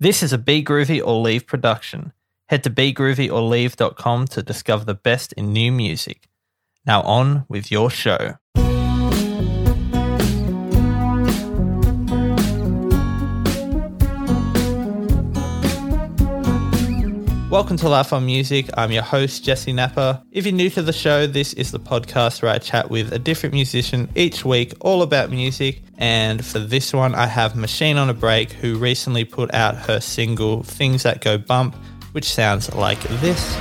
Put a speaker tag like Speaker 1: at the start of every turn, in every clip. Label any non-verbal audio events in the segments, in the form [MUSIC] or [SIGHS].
Speaker 1: This is a Be Groovy or Leave production. Head to begroovyorleave.com to discover the best in new music. Now on with your show. Welcome to Life on Music. I'm your host, Jesse Napper. If you're new to the show, this is the podcast where I chat with a different musician each week all about music. And for this one, I have Machine on a Break, who recently put out her single, Things That Go Bump, which sounds like this.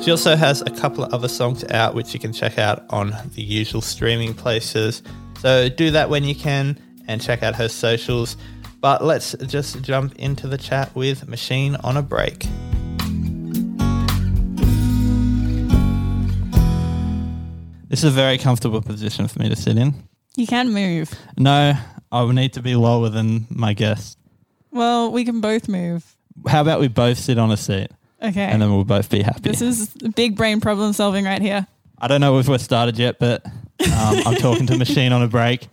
Speaker 1: She also has a couple of other songs out, which you can check out on the usual streaming places. So do that when you can and check out her socials. But let's just jump into the chat with Machine on a Break. This is a very comfortable position for me to sit in.
Speaker 2: You can move.
Speaker 1: No, I would need to be lower than my guest.
Speaker 2: Well, we can both move.
Speaker 1: How about we both sit on a seat
Speaker 2: Okay.
Speaker 1: and then we'll both be happy?
Speaker 2: this is big brain problem solving right here.
Speaker 1: I don't know if we're started yet, but um, I'm talking to Machine on a break.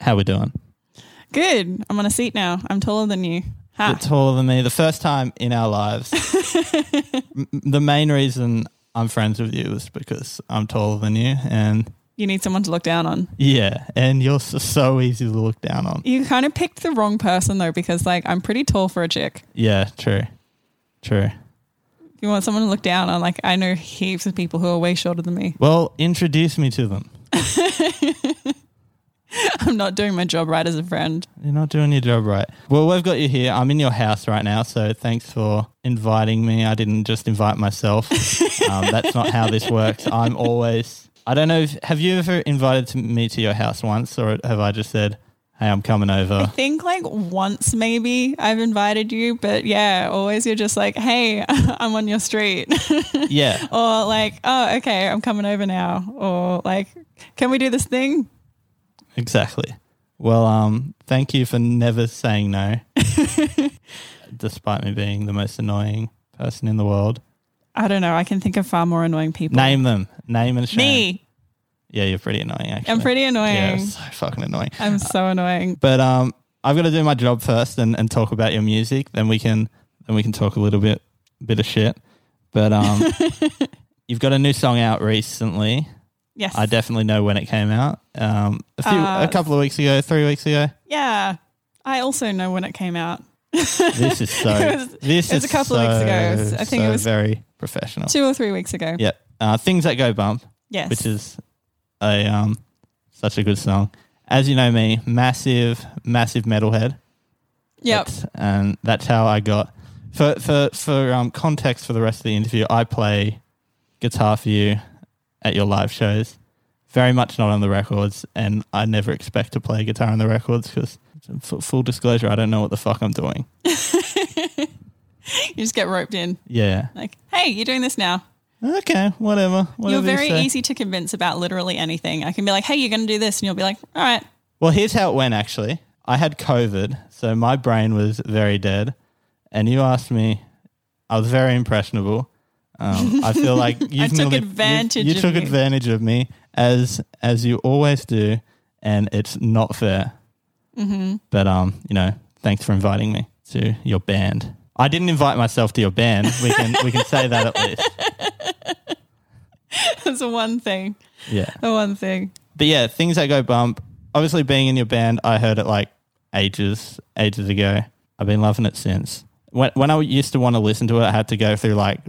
Speaker 1: How we doing?
Speaker 2: Good. I'm on a seat now. I'm taller than you.
Speaker 1: A
Speaker 2: Ha.
Speaker 1: bit taller than me. The first time in our lives. M- the main reason I'm friends with you is because I'm taller than you, and
Speaker 2: You need someone to look down on.
Speaker 1: yeah, and you're so, so easy to look down on.
Speaker 2: You kind of picked the wrong person though, because like I'm pretty tall for a chick.
Speaker 1: Yeah, true, true.
Speaker 2: You want someone to look down on. Like I know heaps of people who are way shorter than me. [LAUGHS]
Speaker 1: Well, introduce me to them.
Speaker 2: I'm not doing my job right as a friend.
Speaker 1: You're not doing your job right. Well, we've got you here. I'm in your house right now, so thanks for inviting me. I didn't just invite
Speaker 2: [LAUGHS]
Speaker 1: myself. um, that's not how this works. I'm always. I don't know. If, have you ever invited to me to your house once, or have I just said, "Hey, I'm coming
Speaker 2: I [LAUGHS]
Speaker 1: over"?
Speaker 2: think like once maybe I've invited you, but yeah, always you're just like, hey, [LAUGHS] I'm on your street. [LAUGHS]
Speaker 1: yeah,
Speaker 2: or like, oh, okay, I'm coming over now, or like, can we do this thing?
Speaker 1: exactly. Well, um, thank you for never
Speaker 2: [LAUGHS]
Speaker 1: saying no, despite me being the most annoying person in the world.
Speaker 2: I don't know. I can think of far more annoying people.
Speaker 1: Name them. Name and shame.
Speaker 2: me.
Speaker 1: Yeah, you're pretty annoying. Actually,
Speaker 2: I'm pretty annoying.
Speaker 1: Yeah, so fucking annoying.
Speaker 2: I'm so annoying.
Speaker 1: But um, I've got to do my job first and, and talk about your music. Then we can then we can talk a little bit bit of shit.
Speaker 2: [LAUGHS]
Speaker 1: But um, you've got a new song out recently.
Speaker 2: Yes.
Speaker 1: I definitely know when it came out. Um, a few,
Speaker 2: Uh,
Speaker 1: a couple of weeks ago, three weeks ago.
Speaker 2: yeah. I also know when it came out. [LAUGHS]
Speaker 1: This is so.
Speaker 2: It was-
Speaker 1: this
Speaker 2: it was
Speaker 1: is
Speaker 2: a couple of weeks ago.
Speaker 1: so-
Speaker 2: I think it
Speaker 1: so
Speaker 2: was-
Speaker 1: very professional.
Speaker 2: Two or three weeks ago.
Speaker 1: Yep. Uh, Things that go bump,
Speaker 2: Yes.
Speaker 1: which is a um, such a good song. As you know me, massive, massive metalhead.
Speaker 2: yep.
Speaker 1: That's- and that's how I got. For for for um, context for the rest of the interview, I play guitar for you at your live shows. Very much not on the records, and I never expect to play guitar on the records because, full disclosure, I don't know what the fuck I'm doing.
Speaker 2: You just get roped in.
Speaker 1: Yeah.
Speaker 2: Like, hey, you're doing this now.
Speaker 1: Okay. Whatever. whatever you
Speaker 2: you're very
Speaker 1: say.
Speaker 2: easy to convince about literally anything. I can be like, hey, you're going to do this. And you'll be like, all right. [LAUGHS]
Speaker 1: Well, here's how it went actually. I had COVID, so my brain was very dead. And you asked me, I was very impressionable. Um, I
Speaker 2: [LAUGHS]
Speaker 1: feel like you've
Speaker 2: took
Speaker 1: nearly-
Speaker 2: advantage
Speaker 1: You, you
Speaker 2: of
Speaker 1: took
Speaker 2: you.
Speaker 1: advantage of me as as you always do, and it's not fair. Mm-hmm. But um, you know, thanks for inviting me to your band. I didn't invite myself to your band. We can we can say that at least.
Speaker 2: [LAUGHS] That's the one thing.
Speaker 1: Yeah.
Speaker 2: The one thing.
Speaker 1: But yeah, things that go bump. Obviously, being in your band, I heard it like ages, ages ago. I've been loving it since. When when I used to want to listen to it, I had to go through like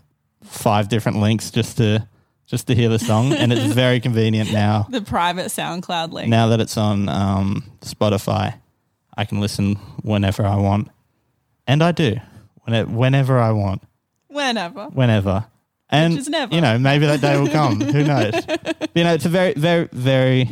Speaker 1: five different links just to just to hear the song, and it's very convenient now.
Speaker 2: The private SoundCloud link.
Speaker 1: Now that it's on um, Spotify, I can listen whenever I want, and I do when it, whenever I want,
Speaker 2: Whenever.
Speaker 1: whenever. And
Speaker 2: Which is never.
Speaker 1: you know, maybe that day will come. Who knows? But, you know, it's a very, very, very,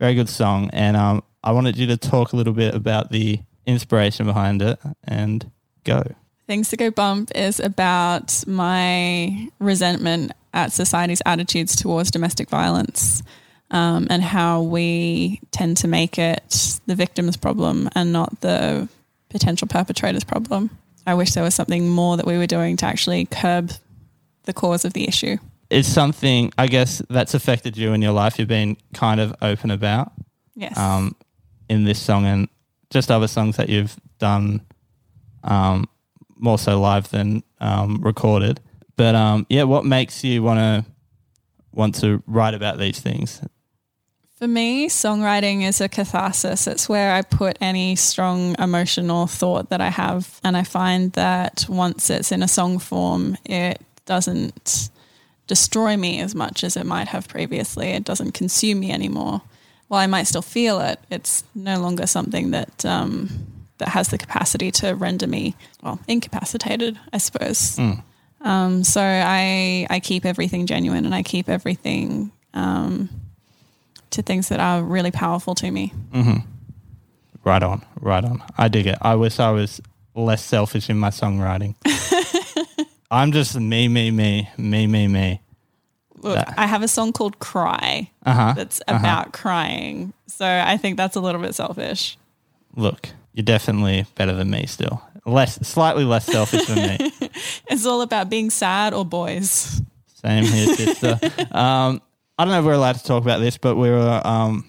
Speaker 1: very good song, and um, I wanted you to talk a little bit about the inspiration behind it and go.
Speaker 2: Things to Go Bump is about my resentment at society's attitudes towards domestic violence um, and how we tend to make it the victim's problem and not the potential perpetrator's problem. I wish there was something more that we were doing to actually curb the cause of the issue.
Speaker 1: It's something I guess that's affected you in your life. You've been kind of open about
Speaker 2: Yes.
Speaker 1: um, in this song and just other songs that you've done um, more so live than um, recorded. But um, yeah, what makes you want to want to write about these things?
Speaker 2: For me, songwriting is a catharsis. It's where I put any strong emotional thought that I have. And I find that once it's in a song form, it doesn't destroy me as much as it might have previously. It doesn't consume me anymore. While I might still feel it, it's no longer something that um, that has the capacity to render me well incapacitated, I suppose. Um, so I I keep everything genuine and I keep everything um, to things that are really powerful to me.
Speaker 1: Right on, right on. I dig it. I wish I was less selfish in my songwriting. I'm just me, me, me, me, me, me.
Speaker 2: Look,
Speaker 1: That-
Speaker 2: I have a song called "Cry"
Speaker 1: Uh huh.
Speaker 2: that's about crying, so I think that's a little bit selfish.
Speaker 1: Look, you're definitely better than me still. Less, slightly less selfish than me.
Speaker 2: It's all about being sad or boys.
Speaker 1: Same here, sister. um, I don't know if we're allowed to talk about this, but we were um,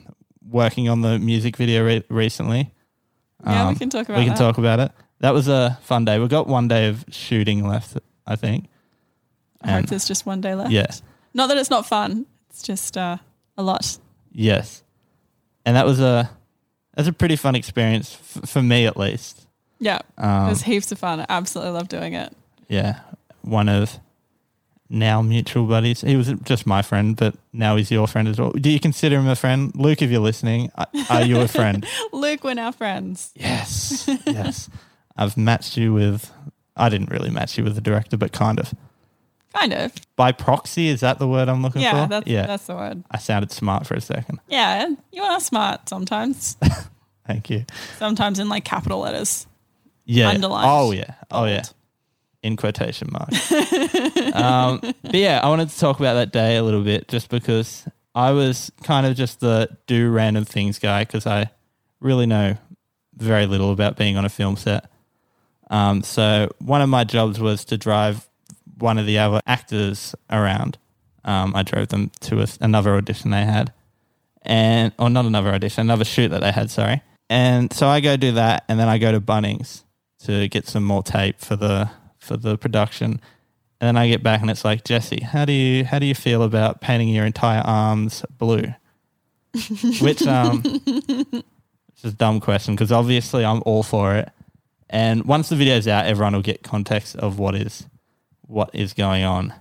Speaker 1: working on the music video re- recently.
Speaker 2: yeah,
Speaker 1: Um,
Speaker 2: we can talk about.
Speaker 1: we can
Speaker 2: that.
Speaker 1: talk about it. That was a fun day. We've got one day of shooting left, I think.
Speaker 2: I hope
Speaker 1: And-
Speaker 2: there's just one day left.
Speaker 1: Yeah.
Speaker 2: Not that it's not fun. It's just uh, a lot.
Speaker 1: Yes, and that was a that's a pretty fun experience f- for me at least.
Speaker 2: Yeah, it
Speaker 1: Um,
Speaker 2: was heaps of fun. I absolutely love doing it.
Speaker 1: yeah, one of now mutual buddies. He was just my friend, but now he's your friend as well. Do you consider him a friend, Luke? If you're listening, are- are you a friend?
Speaker 2: Luke, we're now friends. [LAUGHS]
Speaker 1: Yes, yes. I've matched you with. I didn't really match you with the director, but kind of
Speaker 2: Kind of.
Speaker 1: by proxy. Is that the word I'm looking
Speaker 2: Yeah,
Speaker 1: for?
Speaker 2: that's
Speaker 1: yeah.
Speaker 2: that's the word.
Speaker 1: I sounded smart for a second.
Speaker 2: Yeah, you are smart
Speaker 1: [LAUGHS]
Speaker 2: sometimes.
Speaker 1: Thank you.
Speaker 2: sometimes in like capital letters.
Speaker 1: Yeah.
Speaker 2: Underlined.
Speaker 1: Oh yeah. Oh yeah. In quotation marks. um, but yeah, I wanted to talk about that day a little bit, just because I was kind of just the do random things guy, because I really know very little about being on a film set. Um, so one of my jobs was to drive one of the other actors around. Um, I drove them to a, another audition they had, and or not another audition, another shoot that they had. Sorry. And so I go do that, and then I go to Bunnings to get some more tape for the for the production. And then I get back, and it's like Jesse, how do you how do you feel about painting your entire arms blue? Which um, it's a dumb question because obviously I'm all for it. And once the video's out, everyone will get context of what is what is going on.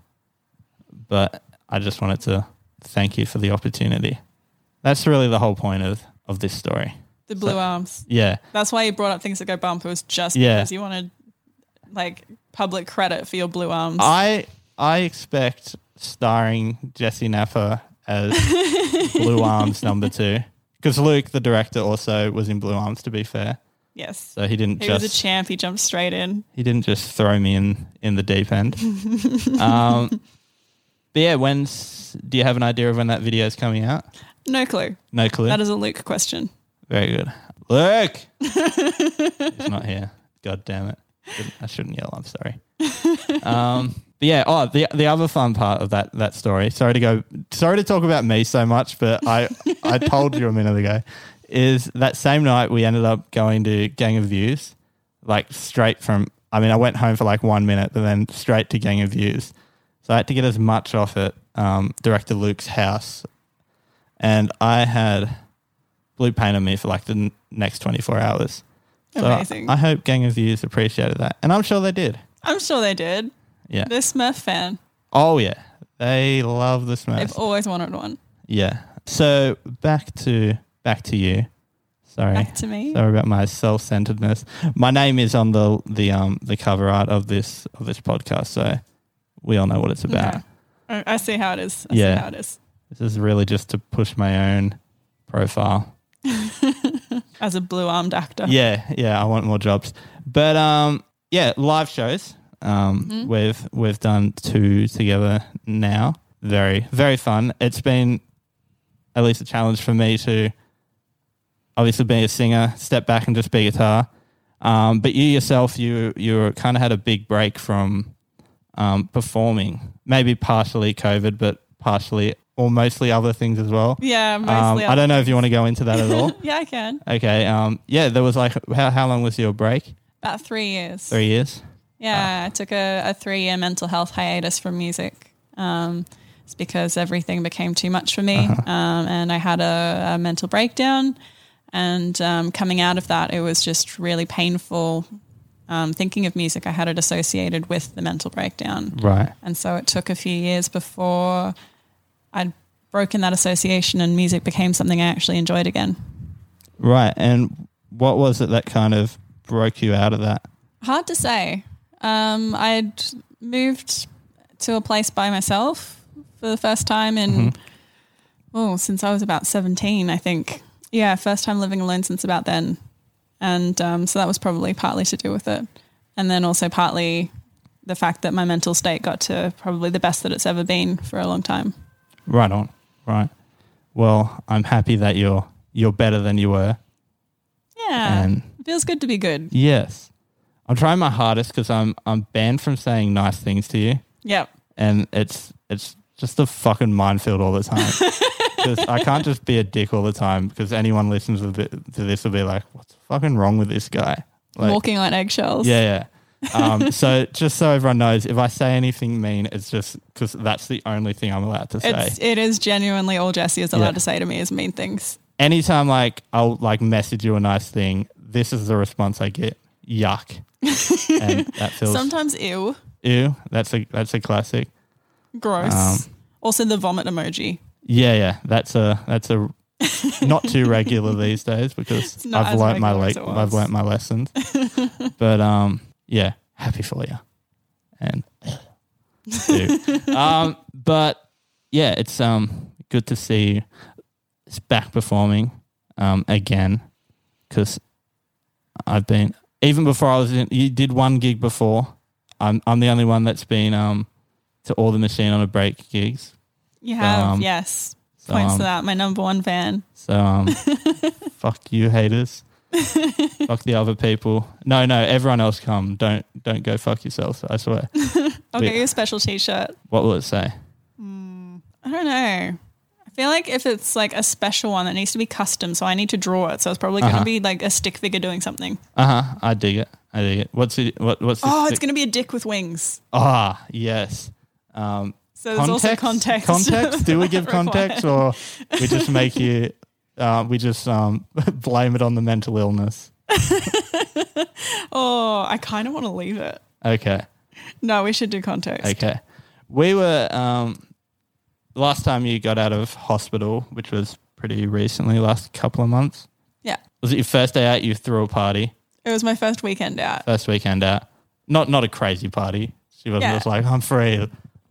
Speaker 1: But I just wanted to thank you for the opportunity. That's really the whole point of of this story.
Speaker 2: The blue
Speaker 1: So-
Speaker 2: arms.
Speaker 1: Yeah,
Speaker 2: That's why you brought up things that go bump. It was just
Speaker 1: Yeah.
Speaker 2: because you wanted like public credit for your blue arms.
Speaker 1: I I expect starring Jesse Naffer as
Speaker 2: [LAUGHS]
Speaker 1: Blue Arms number two because Luke, the director, also was in Blue Arms. To be fair,
Speaker 2: yes.
Speaker 1: so he didn't
Speaker 2: He
Speaker 1: just
Speaker 2: was a champ. He jumped straight in.
Speaker 1: he didn't just throw me in in the
Speaker 2: [LAUGHS]
Speaker 1: deep end. um, but yeah, when's do you have an idea of when that video is coming out?
Speaker 2: No clue.
Speaker 1: No clue.
Speaker 2: That is a Luke question.
Speaker 1: Very good.
Speaker 2: [LAUGHS]
Speaker 1: Luke! He's not here. God damn it. Shouldn't- I shouldn't yell. I'm sorry. Um, but yeah. Oh, the the other fun part of that that story. Sorry to go. Sorry to talk about me so much, but I I told you a minute ago. Is that same night we ended up going to Gang of Views, like straight from. I mean, I went home for like one minute, but then straight to Gang of Views. So I had to get as much off at um, director Luke's house, and I had blue paint on me for like the n- next 24 hours. So
Speaker 2: Amazing.
Speaker 1: I, I hope Gang of Views appreciated that. And I'm sure they did.
Speaker 2: I'm sure they did.
Speaker 1: Yeah.
Speaker 2: They're Smurf fan.
Speaker 1: Oh, yeah. They love the Smurfs.
Speaker 2: They've always wanted one.
Speaker 1: yeah. So back to back to you. Sorry.
Speaker 2: Back to me.
Speaker 1: Sorry about my self-centeredness. My name is on the the um the cover art of this of this podcast, so we all know what it's about.
Speaker 2: Okay. I I see how it is. I
Speaker 1: Yeah.
Speaker 2: see how it is.
Speaker 1: This is really just to push my own profile.
Speaker 2: As a blue armed actor.
Speaker 1: [LAUGHS] yeah, yeah, I want more jobs. But um, yeah, live shows. Um,
Speaker 2: Mm-hmm.
Speaker 1: We've we've done two together now. Very very fun. It's been at least a challenge for me to obviously be a singer, step back and just be guitar. Um, but you yourself, you you kind of had a big break from um, performing, maybe partially COVID, but partially or mostly other things as well.
Speaker 2: Yeah,
Speaker 1: Um,
Speaker 2: mostly.
Speaker 1: I don't know if you want to go into that
Speaker 2: [LAUGHS]
Speaker 1: at all.
Speaker 2: yeah, I can.
Speaker 1: Okay. Um, yeah, there was like how how long was your break?
Speaker 2: About three years.
Speaker 1: Three years.
Speaker 2: Yeah, I took a, a three year mental health hiatus from music. Um, it's because everything became too much for me. Um, and I had a, a mental breakdown. And um, coming out of that, it was just really painful. Um, thinking of music, I had it associated with the mental breakdown.
Speaker 1: Right.
Speaker 2: And so it took a few years before I'd broken that association and music became something I actually enjoyed again.
Speaker 1: Right. And what was it that kind of broke you out of that?
Speaker 2: Hard to say. Um, I'd moved to a place by myself for the first time in,
Speaker 1: Mm-hmm.
Speaker 2: oh, since I was about 17, I think. Yeah, first time living alone since about then. And um, so that was probably partly to do with it. And then also partly the fact that my mental state got to probably the best that it's ever been for a long time.
Speaker 1: Right on. Right. Well, I'm happy that you're you're better than you were.
Speaker 2: Yeah.
Speaker 1: And
Speaker 2: feels good to be good.
Speaker 1: yes, I'm trying my hardest because I'm I'm banned from saying nice things to you,
Speaker 2: Yep.
Speaker 1: and it's it's just a fucking minefield all the time. 'Cause I can't just be a dick all the time because anyone listens to thi- to this will be like, what's fucking wrong with this guy? Like,
Speaker 2: Walking on eggshells.
Speaker 1: Yeah, yeah. Um, so [LAUGHS] just so everyone knows, if I say anything mean, it's just because that's the only thing I'm allowed to say.
Speaker 2: It's, it is genuinely all Jesse is allowed
Speaker 1: Yeah.
Speaker 2: to say to me is mean things.
Speaker 1: Anytime like I'll like message you a nice thing, this is the response I get:
Speaker 2: [LAUGHS]
Speaker 1: yuck. and that feels
Speaker 2: Sometimes ew,
Speaker 1: ew. That's a that's a classic.
Speaker 2: gross.
Speaker 1: Um,
Speaker 2: also the vomit emoji.
Speaker 1: Yeah, yeah. That's a that's
Speaker 2: [LAUGHS]
Speaker 1: a not too regular these days because
Speaker 2: not
Speaker 1: I've
Speaker 2: as
Speaker 1: learnt my
Speaker 2: regular
Speaker 1: le-
Speaker 2: as it
Speaker 1: I've
Speaker 2: was.
Speaker 1: learnt my lessons.
Speaker 2: [LAUGHS]
Speaker 1: but um, yeah, happy for you. And ew.
Speaker 2: [LAUGHS]
Speaker 1: um, but yeah, it's um good to see you s- back performing um again because I've been even before I was in. You did one gig before. I'm I'm the only one that's been um to all the machine on a break gigs.
Speaker 2: You have
Speaker 1: um,
Speaker 2: yes
Speaker 1: So,
Speaker 2: points
Speaker 1: um,
Speaker 2: to that. My number one fan. [LAUGHS]
Speaker 1: So um, fuck you, haters. fuck the other people. No, no, everyone else come. Don't don't go fuck yourselves. I swear.
Speaker 2: I'll
Speaker 1: we-
Speaker 2: get you a special T-shirt.
Speaker 1: What will it say?
Speaker 2: I don't know. I feel like if it's like a special one that needs to be custom, so I need to draw it. So it's probably going
Speaker 1: Uh-huh.
Speaker 2: to be like a stick figure doing something.
Speaker 1: Uh huh. I dig it. I dig it. What's it? What what's the
Speaker 2: Oh,
Speaker 1: stick-
Speaker 2: it's going to be a dick with wings.
Speaker 1: Ah, yes. Um,
Speaker 2: So there's also context.
Speaker 1: Context. Do we
Speaker 2: [LAUGHS]
Speaker 1: give
Speaker 2: required.
Speaker 1: context, or we just make you? Uh, we just um, [LAUGHS] blame it on the mental illness.
Speaker 2: Oh, I kind of want to leave it.
Speaker 1: Okay.
Speaker 2: No, we should do context.
Speaker 1: Okay. We were um last time you got out of hospital, which was pretty recently, last couple of months.
Speaker 2: Yeah.
Speaker 1: Was it your first day out you threw a party?
Speaker 2: It was my first weekend out.
Speaker 1: First weekend out. Not not a crazy party. She wasn't
Speaker 2: Yeah.
Speaker 1: just like, I'm free.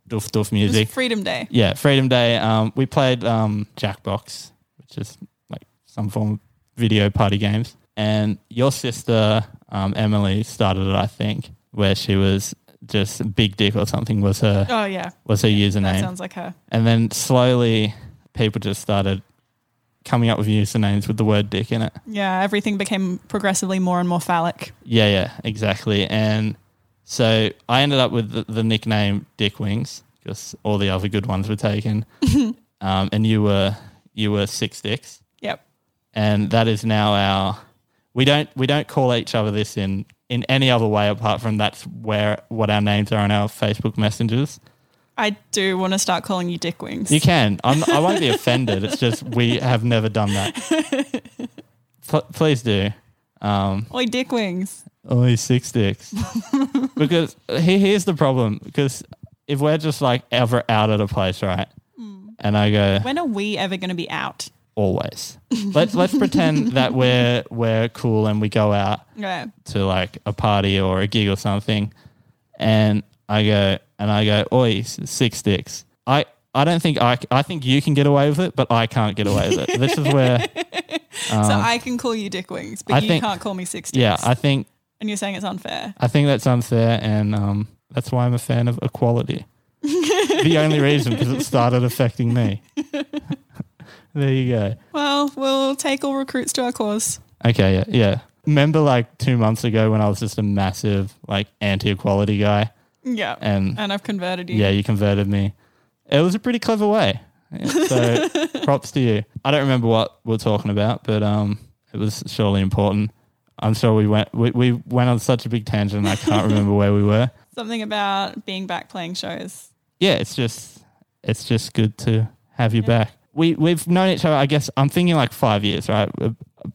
Speaker 1: Doof doof
Speaker 2: It was
Speaker 1: music.
Speaker 2: Freedom Day.
Speaker 1: Yeah, Freedom Day. Um we played um Jackbox, which is like some form of video party games. And your sister, um, Emily, started it, I think, where she was just big dick or something was her
Speaker 2: Oh yeah,
Speaker 1: was her
Speaker 2: that
Speaker 1: username.
Speaker 2: sounds like her.
Speaker 1: And then slowly, people just started coming up with usernames with the word dick in it.
Speaker 2: Yeah, everything became progressively more and more phallic.
Speaker 1: Yeah, yeah, exactly. And so I ended up with the, the nickname Dick Wings because all the other good ones were taken. um, and you were you were six dicks,
Speaker 2: Yep.
Speaker 1: and that is now our. We don't we don't call each other this in in any other way apart from that's where what our names are on our Facebook messengers.
Speaker 2: I do want to start calling you dick wings.
Speaker 1: You can. I'm, I won't be offended. It's just we have never done that. P- please do. Um,
Speaker 2: Oi, dick wings.
Speaker 1: only six dicks. because he, here's the problem. Because if we're just like ever out at a place, right? And I go
Speaker 2: When are we ever going to be out?
Speaker 1: always. Let's let's pretend that we're we're cool and we go out
Speaker 2: Yeah.
Speaker 1: to like a party or a gig or something, and I go and I go, oi, s- six dicks. I I don't think I c- I think you can get away with it, but I can't get away with it. this is where
Speaker 2: so I can call you dick wings, but
Speaker 1: Uh, I
Speaker 2: you
Speaker 1: think-
Speaker 2: can't call me six dicks.
Speaker 1: yeah, I think
Speaker 2: And you're saying it's unfair.
Speaker 1: I think that's unfair, and um, that's why I'm a fan of equality. the only reason because it started affecting me. [LAUGHS] there you go.
Speaker 2: Well, we'll take all recruits to our cause.
Speaker 1: Okay, yeah, yeah. Remember, like two months ago, when I was just a massive like anti-equality guy,
Speaker 2: Yeah.
Speaker 1: and
Speaker 2: And I've converted you.
Speaker 1: yeah, you converted me. It was a pretty clever way. Yeah, So props to you. I don't remember what we we're talking about, but um, it was surely important. I'm sure we went we, we went on such a big tangent. I can't remember where we were.
Speaker 2: Something about being back playing shows.
Speaker 1: yeah, it's just it's just good to have you back. We we've known each other. I guess I'm thinking like five years, right? Uh,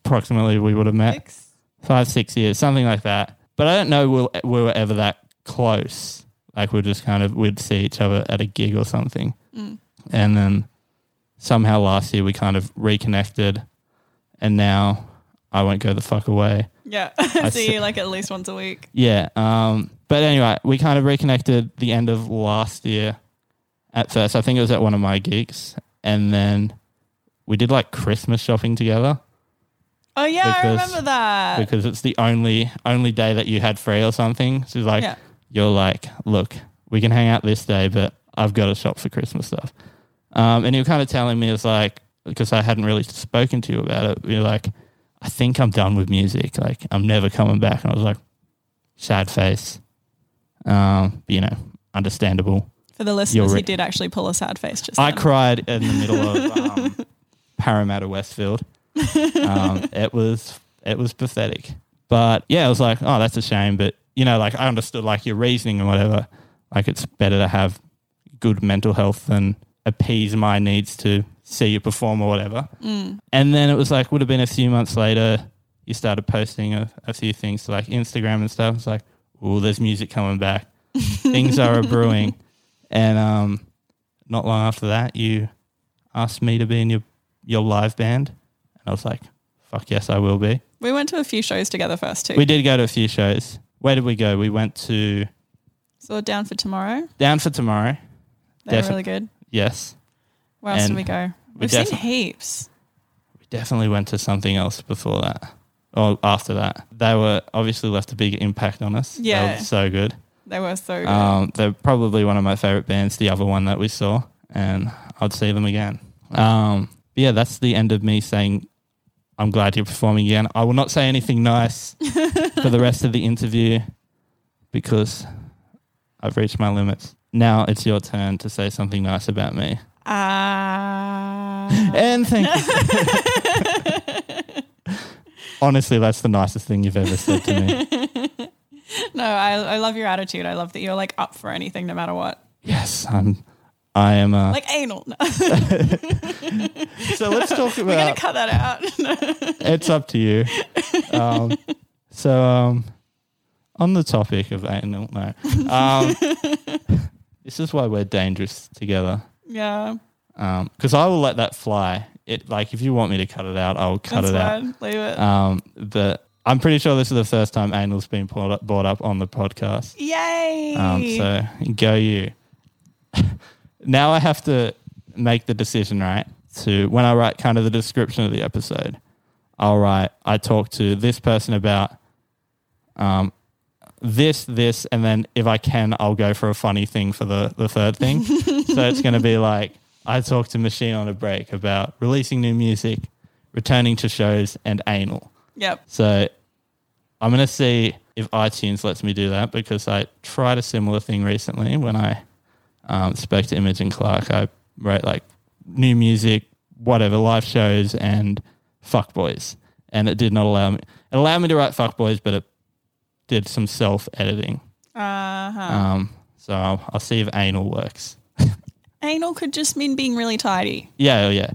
Speaker 1: Approximately, we would have met
Speaker 2: Six.
Speaker 1: five, six years, something like that. But I don't know. We'll, we were ever that close. Like we're just kind of we'd see each other at a gig or something,
Speaker 2: Mm.
Speaker 1: and then somehow last year we kind of reconnected, and now I won't go the fuck away.
Speaker 2: Yeah. [LAUGHS]
Speaker 1: I
Speaker 2: See
Speaker 1: see.
Speaker 2: you like at least once a week.
Speaker 1: Yeah. Um, but anyway, we kind of reconnected the end of last year at first. I think it was at one of my gigs. And then we did like Christmas shopping together
Speaker 2: Oh yeah, I
Speaker 1: Because-
Speaker 2: remember that.
Speaker 1: because it's the only only day that you had free or something. She's like,
Speaker 2: yeah.
Speaker 1: you're like, look, we can hang out this day, but I've got to shop for Christmas stuff. Um, and you were kind of telling me, it's like, because I hadn't really spoken to you about it, you're like, I think I'm done with music. Like, I'm never coming back. And I was like, sad face. Um, but, you know, understandable.
Speaker 2: For the listeners,
Speaker 1: You're
Speaker 2: he
Speaker 1: right.
Speaker 2: did actually pull a sad face just
Speaker 1: I
Speaker 2: then.
Speaker 1: cried in the middle of um, Parramatta Westfield. Um, it was it was pathetic. But yeah, I was like, oh, that's a shame. But you know, like I understood like your reasoning and whatever. Like it's better to have good mental health than appease my needs to see you perform or whatever.
Speaker 2: Mm.
Speaker 1: And then it was like, would have been a few months later, you started posting a, a few things to like Instagram and stuff. It's like, oh, there's music
Speaker 2: [LAUGHS]
Speaker 1: coming back. things are a brewing. And um, not long after that, you asked me to be in your, your live band. And I was like, fuck yes, I will be.
Speaker 2: We went to a few shows together first too.
Speaker 1: We did go to a few shows. Where did we go? We went to
Speaker 2: so we're down for tomorrow.
Speaker 1: Down for Tomorrow.
Speaker 2: They're
Speaker 1: Defi-
Speaker 2: really good.
Speaker 1: Yes.
Speaker 2: Where else
Speaker 1: And
Speaker 2: did we go?
Speaker 1: we
Speaker 2: We've seen
Speaker 1: defi-
Speaker 2: heaps.
Speaker 1: We definitely went to something else before that or after that. They were obviously left a big impact on us. They were
Speaker 2: Yeah.
Speaker 1: so good.
Speaker 2: They were so good.
Speaker 1: Um, they're probably one of my favorite bands, the other one that we saw, and I'd see them again. Um, but yeah, that's the end of me saying, I'm glad you're performing again. I will not say anything
Speaker 2: [LAUGHS]
Speaker 1: nice for the rest of the interview because I've reached my limits. Now it's your turn to say something nice about me.
Speaker 2: Ah.
Speaker 1: And thank you. Honestly, that's the nicest thing you've ever said
Speaker 2: [LAUGHS]
Speaker 1: to me.
Speaker 2: [LAUGHS] no, I, I love your attitude. I love that you're like up for anything no matter what.
Speaker 1: Yes, I'm. I am. Uh,
Speaker 2: Like anal. [LAUGHS] No,
Speaker 1: so let's talk
Speaker 2: [LAUGHS] we're going
Speaker 1: about.
Speaker 2: to cut that out. [LAUGHS]
Speaker 1: it's up to you. Um, so, um, on the topic of anal, no, um, [LAUGHS] this is why we're dangerous together.
Speaker 2: yeah.
Speaker 1: Because I will let that fly. It like if you want me to cut it out, I'll cut
Speaker 2: That's
Speaker 1: it out.
Speaker 2: fine. Leave it.
Speaker 1: Um, but I'm pretty sure this is the first time anal's been brought up, brought up on the podcast.
Speaker 2: Yay.
Speaker 1: Um, so go you. [LAUGHS] now I have to make the decision, right? To when I write kind of the description of the episode, I'll write I talk to this person about um this, this, and then if I can, I'll go for a funny thing for the, the third thing. so it's gonna be like I talk to Machine on a break about releasing new music, returning to shows, and anal.
Speaker 2: yep.
Speaker 1: So I'm going to see if iTunes lets me do that because I tried a similar thing recently when I um, spoke to Imogen Clark. I wrote like new music, whatever, live shows, and fuck boys. And it did not allow me, it allowed me to write fuck boys, but it did some self editing.
Speaker 2: Uh-huh.
Speaker 1: Um, so I'll, I'll see if anal works.
Speaker 2: Anal could just mean being really tidy.
Speaker 1: Yeah, yeah.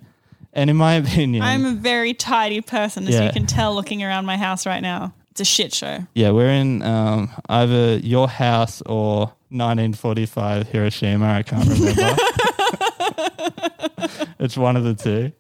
Speaker 1: And in my [LAUGHS] opinion,
Speaker 2: I'm a very tidy person, as you
Speaker 1: Yeah.
Speaker 2: can tell looking around my house right now. It's a shit show.
Speaker 1: Yeah, we're in um, either your house or 1945 Hiroshima. I can't remember.
Speaker 2: [LAUGHS]
Speaker 1: [LAUGHS] it's one of the two.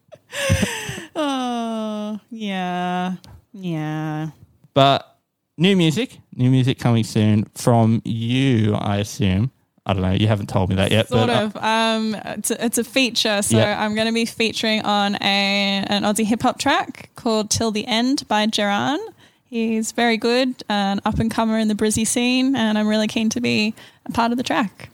Speaker 2: Oh, yeah. Yeah.
Speaker 1: But new music, new music coming soon from you, I assume. I don't know. You haven't told me that yet.
Speaker 2: Sort
Speaker 1: but uh,
Speaker 2: of. Um, it's, a, it's a feature. So
Speaker 1: Yeah.
Speaker 2: I'm going to be featuring on a an Aussie hip hop track called Till the End by Geran. He He's very good, an up and comer in the Brizzy scene, and I'm really keen to be a part of the track.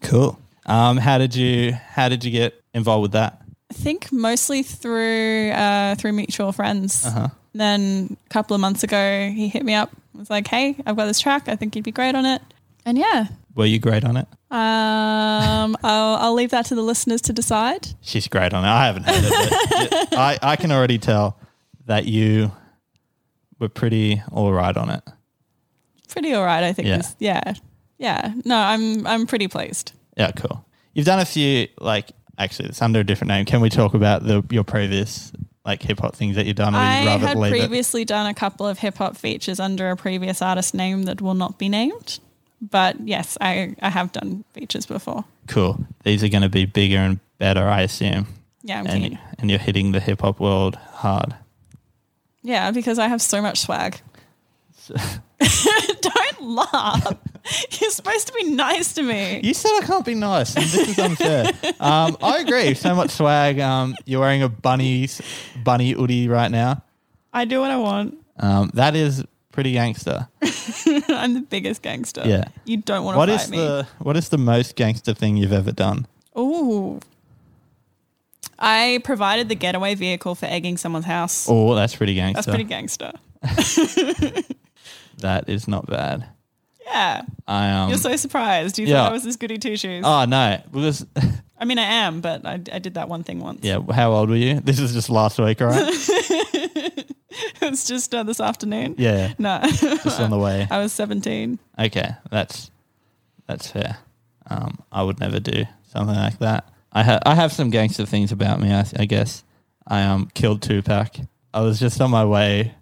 Speaker 1: Cool. Um, how did you how did you get involved with that?
Speaker 2: I think mostly through uh, through mutual friends.
Speaker 1: Uh-huh.
Speaker 2: Then a couple of months ago, he hit me up. Was like, "Hey, I've got this track. I think you'd be great on it." And yeah,
Speaker 1: Were you great on it?
Speaker 2: um, [LAUGHS] I'll, I'll leave that to the listeners to decide.
Speaker 1: She's great on it. I haven't heard it. [LAUGHS] But it- I, I can already tell that you were pretty all right on it.
Speaker 2: Pretty all right, I think.
Speaker 1: Yeah.
Speaker 2: Yeah, yeah, yeah. No, I'm I'm pretty pleased.
Speaker 1: Yeah, cool. You've done a few like actually it's under a different name. Can we talk about the your previous like hip hop things that you've done? Or
Speaker 2: I
Speaker 1: you'd rather
Speaker 2: had
Speaker 1: leave it?
Speaker 2: previously done a couple of hip hop features under a previous artist name that will not be named. But yes, I, I have done features before.
Speaker 1: Cool. These are going to be bigger and better, I assume.
Speaker 2: Yeah, I'm
Speaker 1: And
Speaker 2: keen.
Speaker 1: and you're hitting the hip hop world hard.
Speaker 2: Yeah, because I have so much
Speaker 1: [LAUGHS]
Speaker 2: swag. [LAUGHS] Don't laugh. You're supposed to be nice to me.
Speaker 1: You said I can't be nice. And this
Speaker 2: [LAUGHS]
Speaker 1: is unfair. um, I agree. So much swag. Um, you're wearing a bunny bunny hoodie right now.
Speaker 2: I do what I want. [LAUGHS]
Speaker 1: Um, that is pretty gangster.
Speaker 2: I'm the biggest gangster.
Speaker 1: Yeah.
Speaker 2: You don't want
Speaker 1: What
Speaker 2: to
Speaker 1: is
Speaker 2: fight me.
Speaker 1: the what is the most gangster thing you've ever done?
Speaker 2: Ooh. I provided the getaway vehicle for egging someone's house.
Speaker 1: Oh, that's pretty gangster.
Speaker 2: That's pretty gangster.
Speaker 1: That is not bad.
Speaker 2: Yeah.
Speaker 1: I um.
Speaker 2: You're so surprised. You
Speaker 1: yeah.
Speaker 2: thought I was this goody two shoes.
Speaker 1: [LAUGHS] oh no, because
Speaker 2: I mean, I am, but I, I did that one thing once.
Speaker 1: [LAUGHS] yeah. How old were you? [LAUGHS] This is just last week, right?
Speaker 2: [LAUGHS] it's just uh, this afternoon.
Speaker 1: yeah,
Speaker 2: No, [LAUGHS]
Speaker 1: just on the way.
Speaker 2: I was 17.
Speaker 1: Okay, that's that's fair. Um, I would never do something like that. I ha- I have some gangster things about me. I, I guess I um killed Tupac. I was just on my way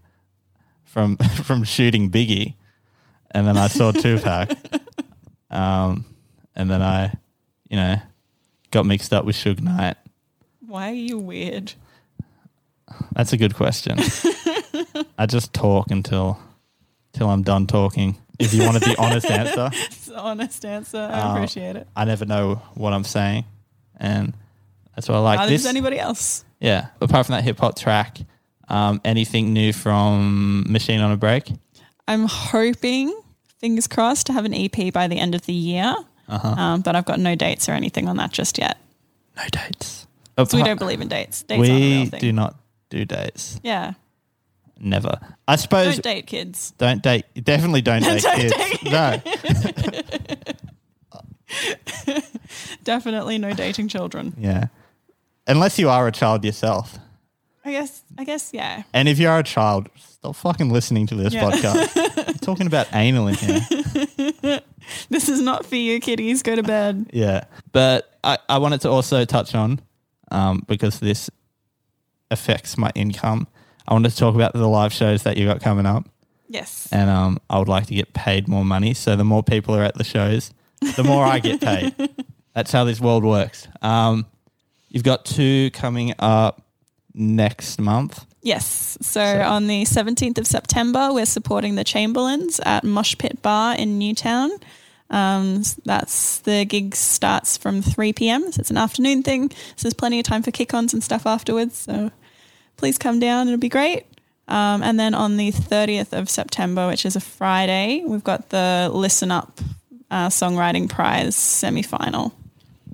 Speaker 1: from [LAUGHS] from shooting Biggie, and then
Speaker 2: [LAUGHS]
Speaker 1: I saw Tupac. Um, and then I, you know, got mixed up with Suge Knight.
Speaker 2: Why are you weird?
Speaker 1: That's a good
Speaker 2: [LAUGHS]
Speaker 1: question. I just talk until till I'm done talking. If you wanted the honest answer.
Speaker 2: It's an honest answer. I
Speaker 1: Oh.
Speaker 2: appreciate it.
Speaker 1: I never know what I'm saying, and that's what I like.
Speaker 2: Neither
Speaker 1: This,
Speaker 2: does anybody else.
Speaker 1: yeah. Apart from that hip hop track, um, anything new from Machine on a Break?
Speaker 2: I'm hoping, fingers crossed, to have an EP by the end of the year.
Speaker 1: Uh-huh.
Speaker 2: Um, but I've got no dates or anything on that just yet.
Speaker 1: No dates.
Speaker 2: So we don't believe in dates. Dates aren't a
Speaker 1: Oh, we
Speaker 2: real thing.
Speaker 1: do not do dates.
Speaker 2: Yeah.
Speaker 1: Never. I suppose.
Speaker 2: Don't date kids.
Speaker 1: Don't date. Definitely don't
Speaker 2: [LAUGHS]
Speaker 1: date
Speaker 2: Don't
Speaker 1: kids.
Speaker 2: date.
Speaker 1: No.
Speaker 2: Definitely no dating children.
Speaker 1: Yeah. Unless you are a child yourself,
Speaker 2: I guess, I guess, yeah.
Speaker 1: and if you are a child, stop fucking listening to this
Speaker 2: Yeah.
Speaker 1: podcast. I'm talking about anal in here.
Speaker 2: This is not for you, kiddies. Go to bed.
Speaker 1: Yeah. But I, I wanted to also touch on, um, because this affects my income. I wanted to talk about the live shows that you got coming up.
Speaker 2: Yes.
Speaker 1: And um, I would like to get paid more money. So the more people are at the shows, the more I get paid. That's how this world works. Um, you've got two coming up next month.
Speaker 2: Yes. So, on the 17th of September, we're supporting the Chamberlains at Mosh Pit Bar in Newtown. Um, s- that's the gig starts from 3 p.m. So it's an afternoon thing. So there's plenty of time for kick ons and stuff afterwards. So please come down. It'll be great. Um, and then on the 30th of September, which is a Friday, we've got the Listen Up uh, Songwriting Prize semi final.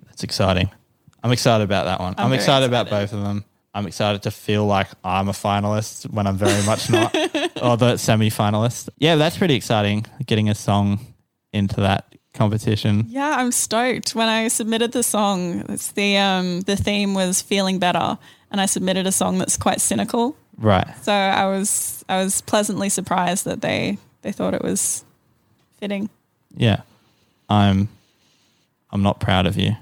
Speaker 1: That's exciting. I'm excited about that one. I'm,
Speaker 2: very
Speaker 1: excited, about
Speaker 2: excited.
Speaker 1: both of them. I'm excited to feel like I'm a finalist when I'm very
Speaker 2: [LAUGHS]
Speaker 1: much not, although it's semi finalist. Yeah, that's pretty exciting getting a song into that competition.
Speaker 2: Yeah, I'm stoked. When I submitted the song, it's the um, the theme was feeling better, and I submitted a song that's quite cynical.
Speaker 1: Right.
Speaker 2: So I was I was pleasantly surprised that they they thought it was fitting.
Speaker 1: Yeah. I'm I'm not proud of you.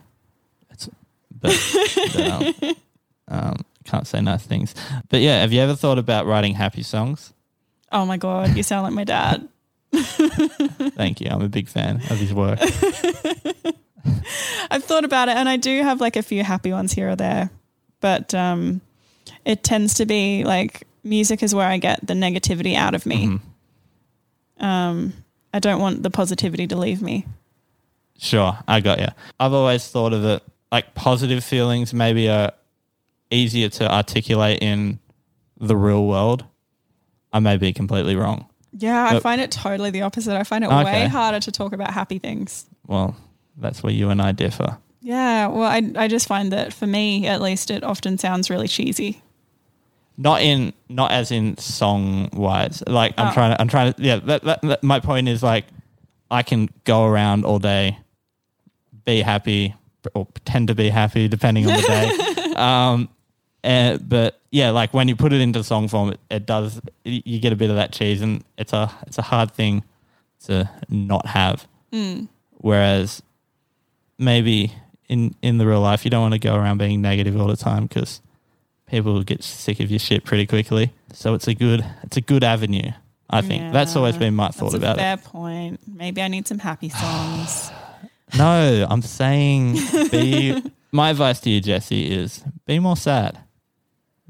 Speaker 1: It's, but but, um, um, can't say nice things. But yeah, have you ever thought about writing
Speaker 2: [LAUGHS]
Speaker 1: happy songs?
Speaker 2: Oh my god, you sound like my dad. [LAUGHS]
Speaker 1: Thank you. I'm a big fan of his work.
Speaker 2: I've thought about it, and I do have like a few happy ones here or there, but um, it tends to be like music is where I get the negativity out of me.
Speaker 1: Mm-hmm.
Speaker 2: Um, I don't want the positivity to leave me.
Speaker 1: Sure, I got you. I've always thought of it like positive feelings maybe are easier to articulate in the real world. I may be completely wrong,
Speaker 2: Yeah, I
Speaker 1: Nope.
Speaker 2: find it totally the opposite. I find it
Speaker 1: Okay.
Speaker 2: way harder to talk about happy things.
Speaker 1: Well, that's where you and I differ.
Speaker 2: Yeah, well, I, I just find that for me, at least, it often sounds really cheesy.
Speaker 1: Not in, not as in song wise. Like I'm
Speaker 2: Oh.
Speaker 1: trying to, I'm trying to. Yeah, that, that, that- my point is like, I can go around all day, be happy or pretend to be happy depending on the day. um, and, but yeah, like when you put it into song form, it, it does. y you get a bit of that cheese, and it's a it's a hard thing to not have.
Speaker 2: Hmm,
Speaker 1: Whereas maybe in in the real life, you don't want to go around being negative all the time because people will get sick of your shit pretty quickly. So it's a good it's a good avenue. I think that's
Speaker 2: Yeah,
Speaker 1: always been my thought
Speaker 2: That's a
Speaker 1: about it.
Speaker 2: fair point. Maybe I need some happy
Speaker 1: [SIGHS]
Speaker 2: songs.
Speaker 1: No, I'm saying be. [LAUGHS] my advice to you, Jesse, is be more sad.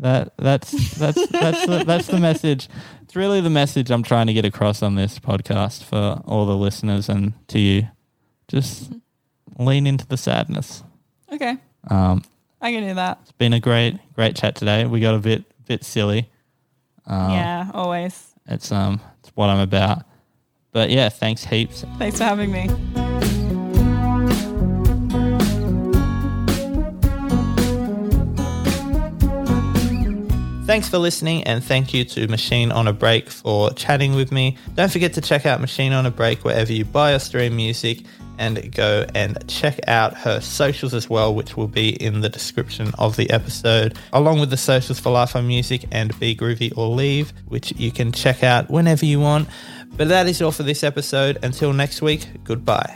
Speaker 1: That that's that's that's the, that's the message. It's really the message I'm trying to get across on this podcast for all the listeners and to you. Just lean into the sadness.
Speaker 2: okay,
Speaker 1: Um,
Speaker 2: I can do that.
Speaker 1: it's been a great great chat today. We got a bit bit silly. Um,
Speaker 2: yeah, always.
Speaker 1: it's um it's what I'm about. But yeah, thanks heaps.
Speaker 2: Thanks for having me.
Speaker 3: Thanks for listening, and thank you to Machine on a Break for chatting with me. Don't forget to check out Machine on a Break wherever you buy or stream music, and go and check out her socials as well, which will be in the description of the episode, along with the socials for Life on Music and Be Groovy or Leave, which you can check out whenever you want. But that is all for this episode. Until next week, goodbye.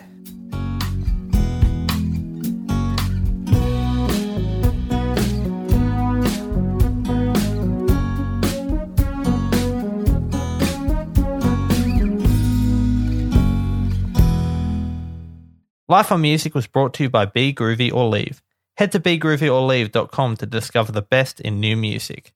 Speaker 3: Life on Music was brought to you by Be Groovy or Leave. Head to begroovyorleave.com to discover the best in new music.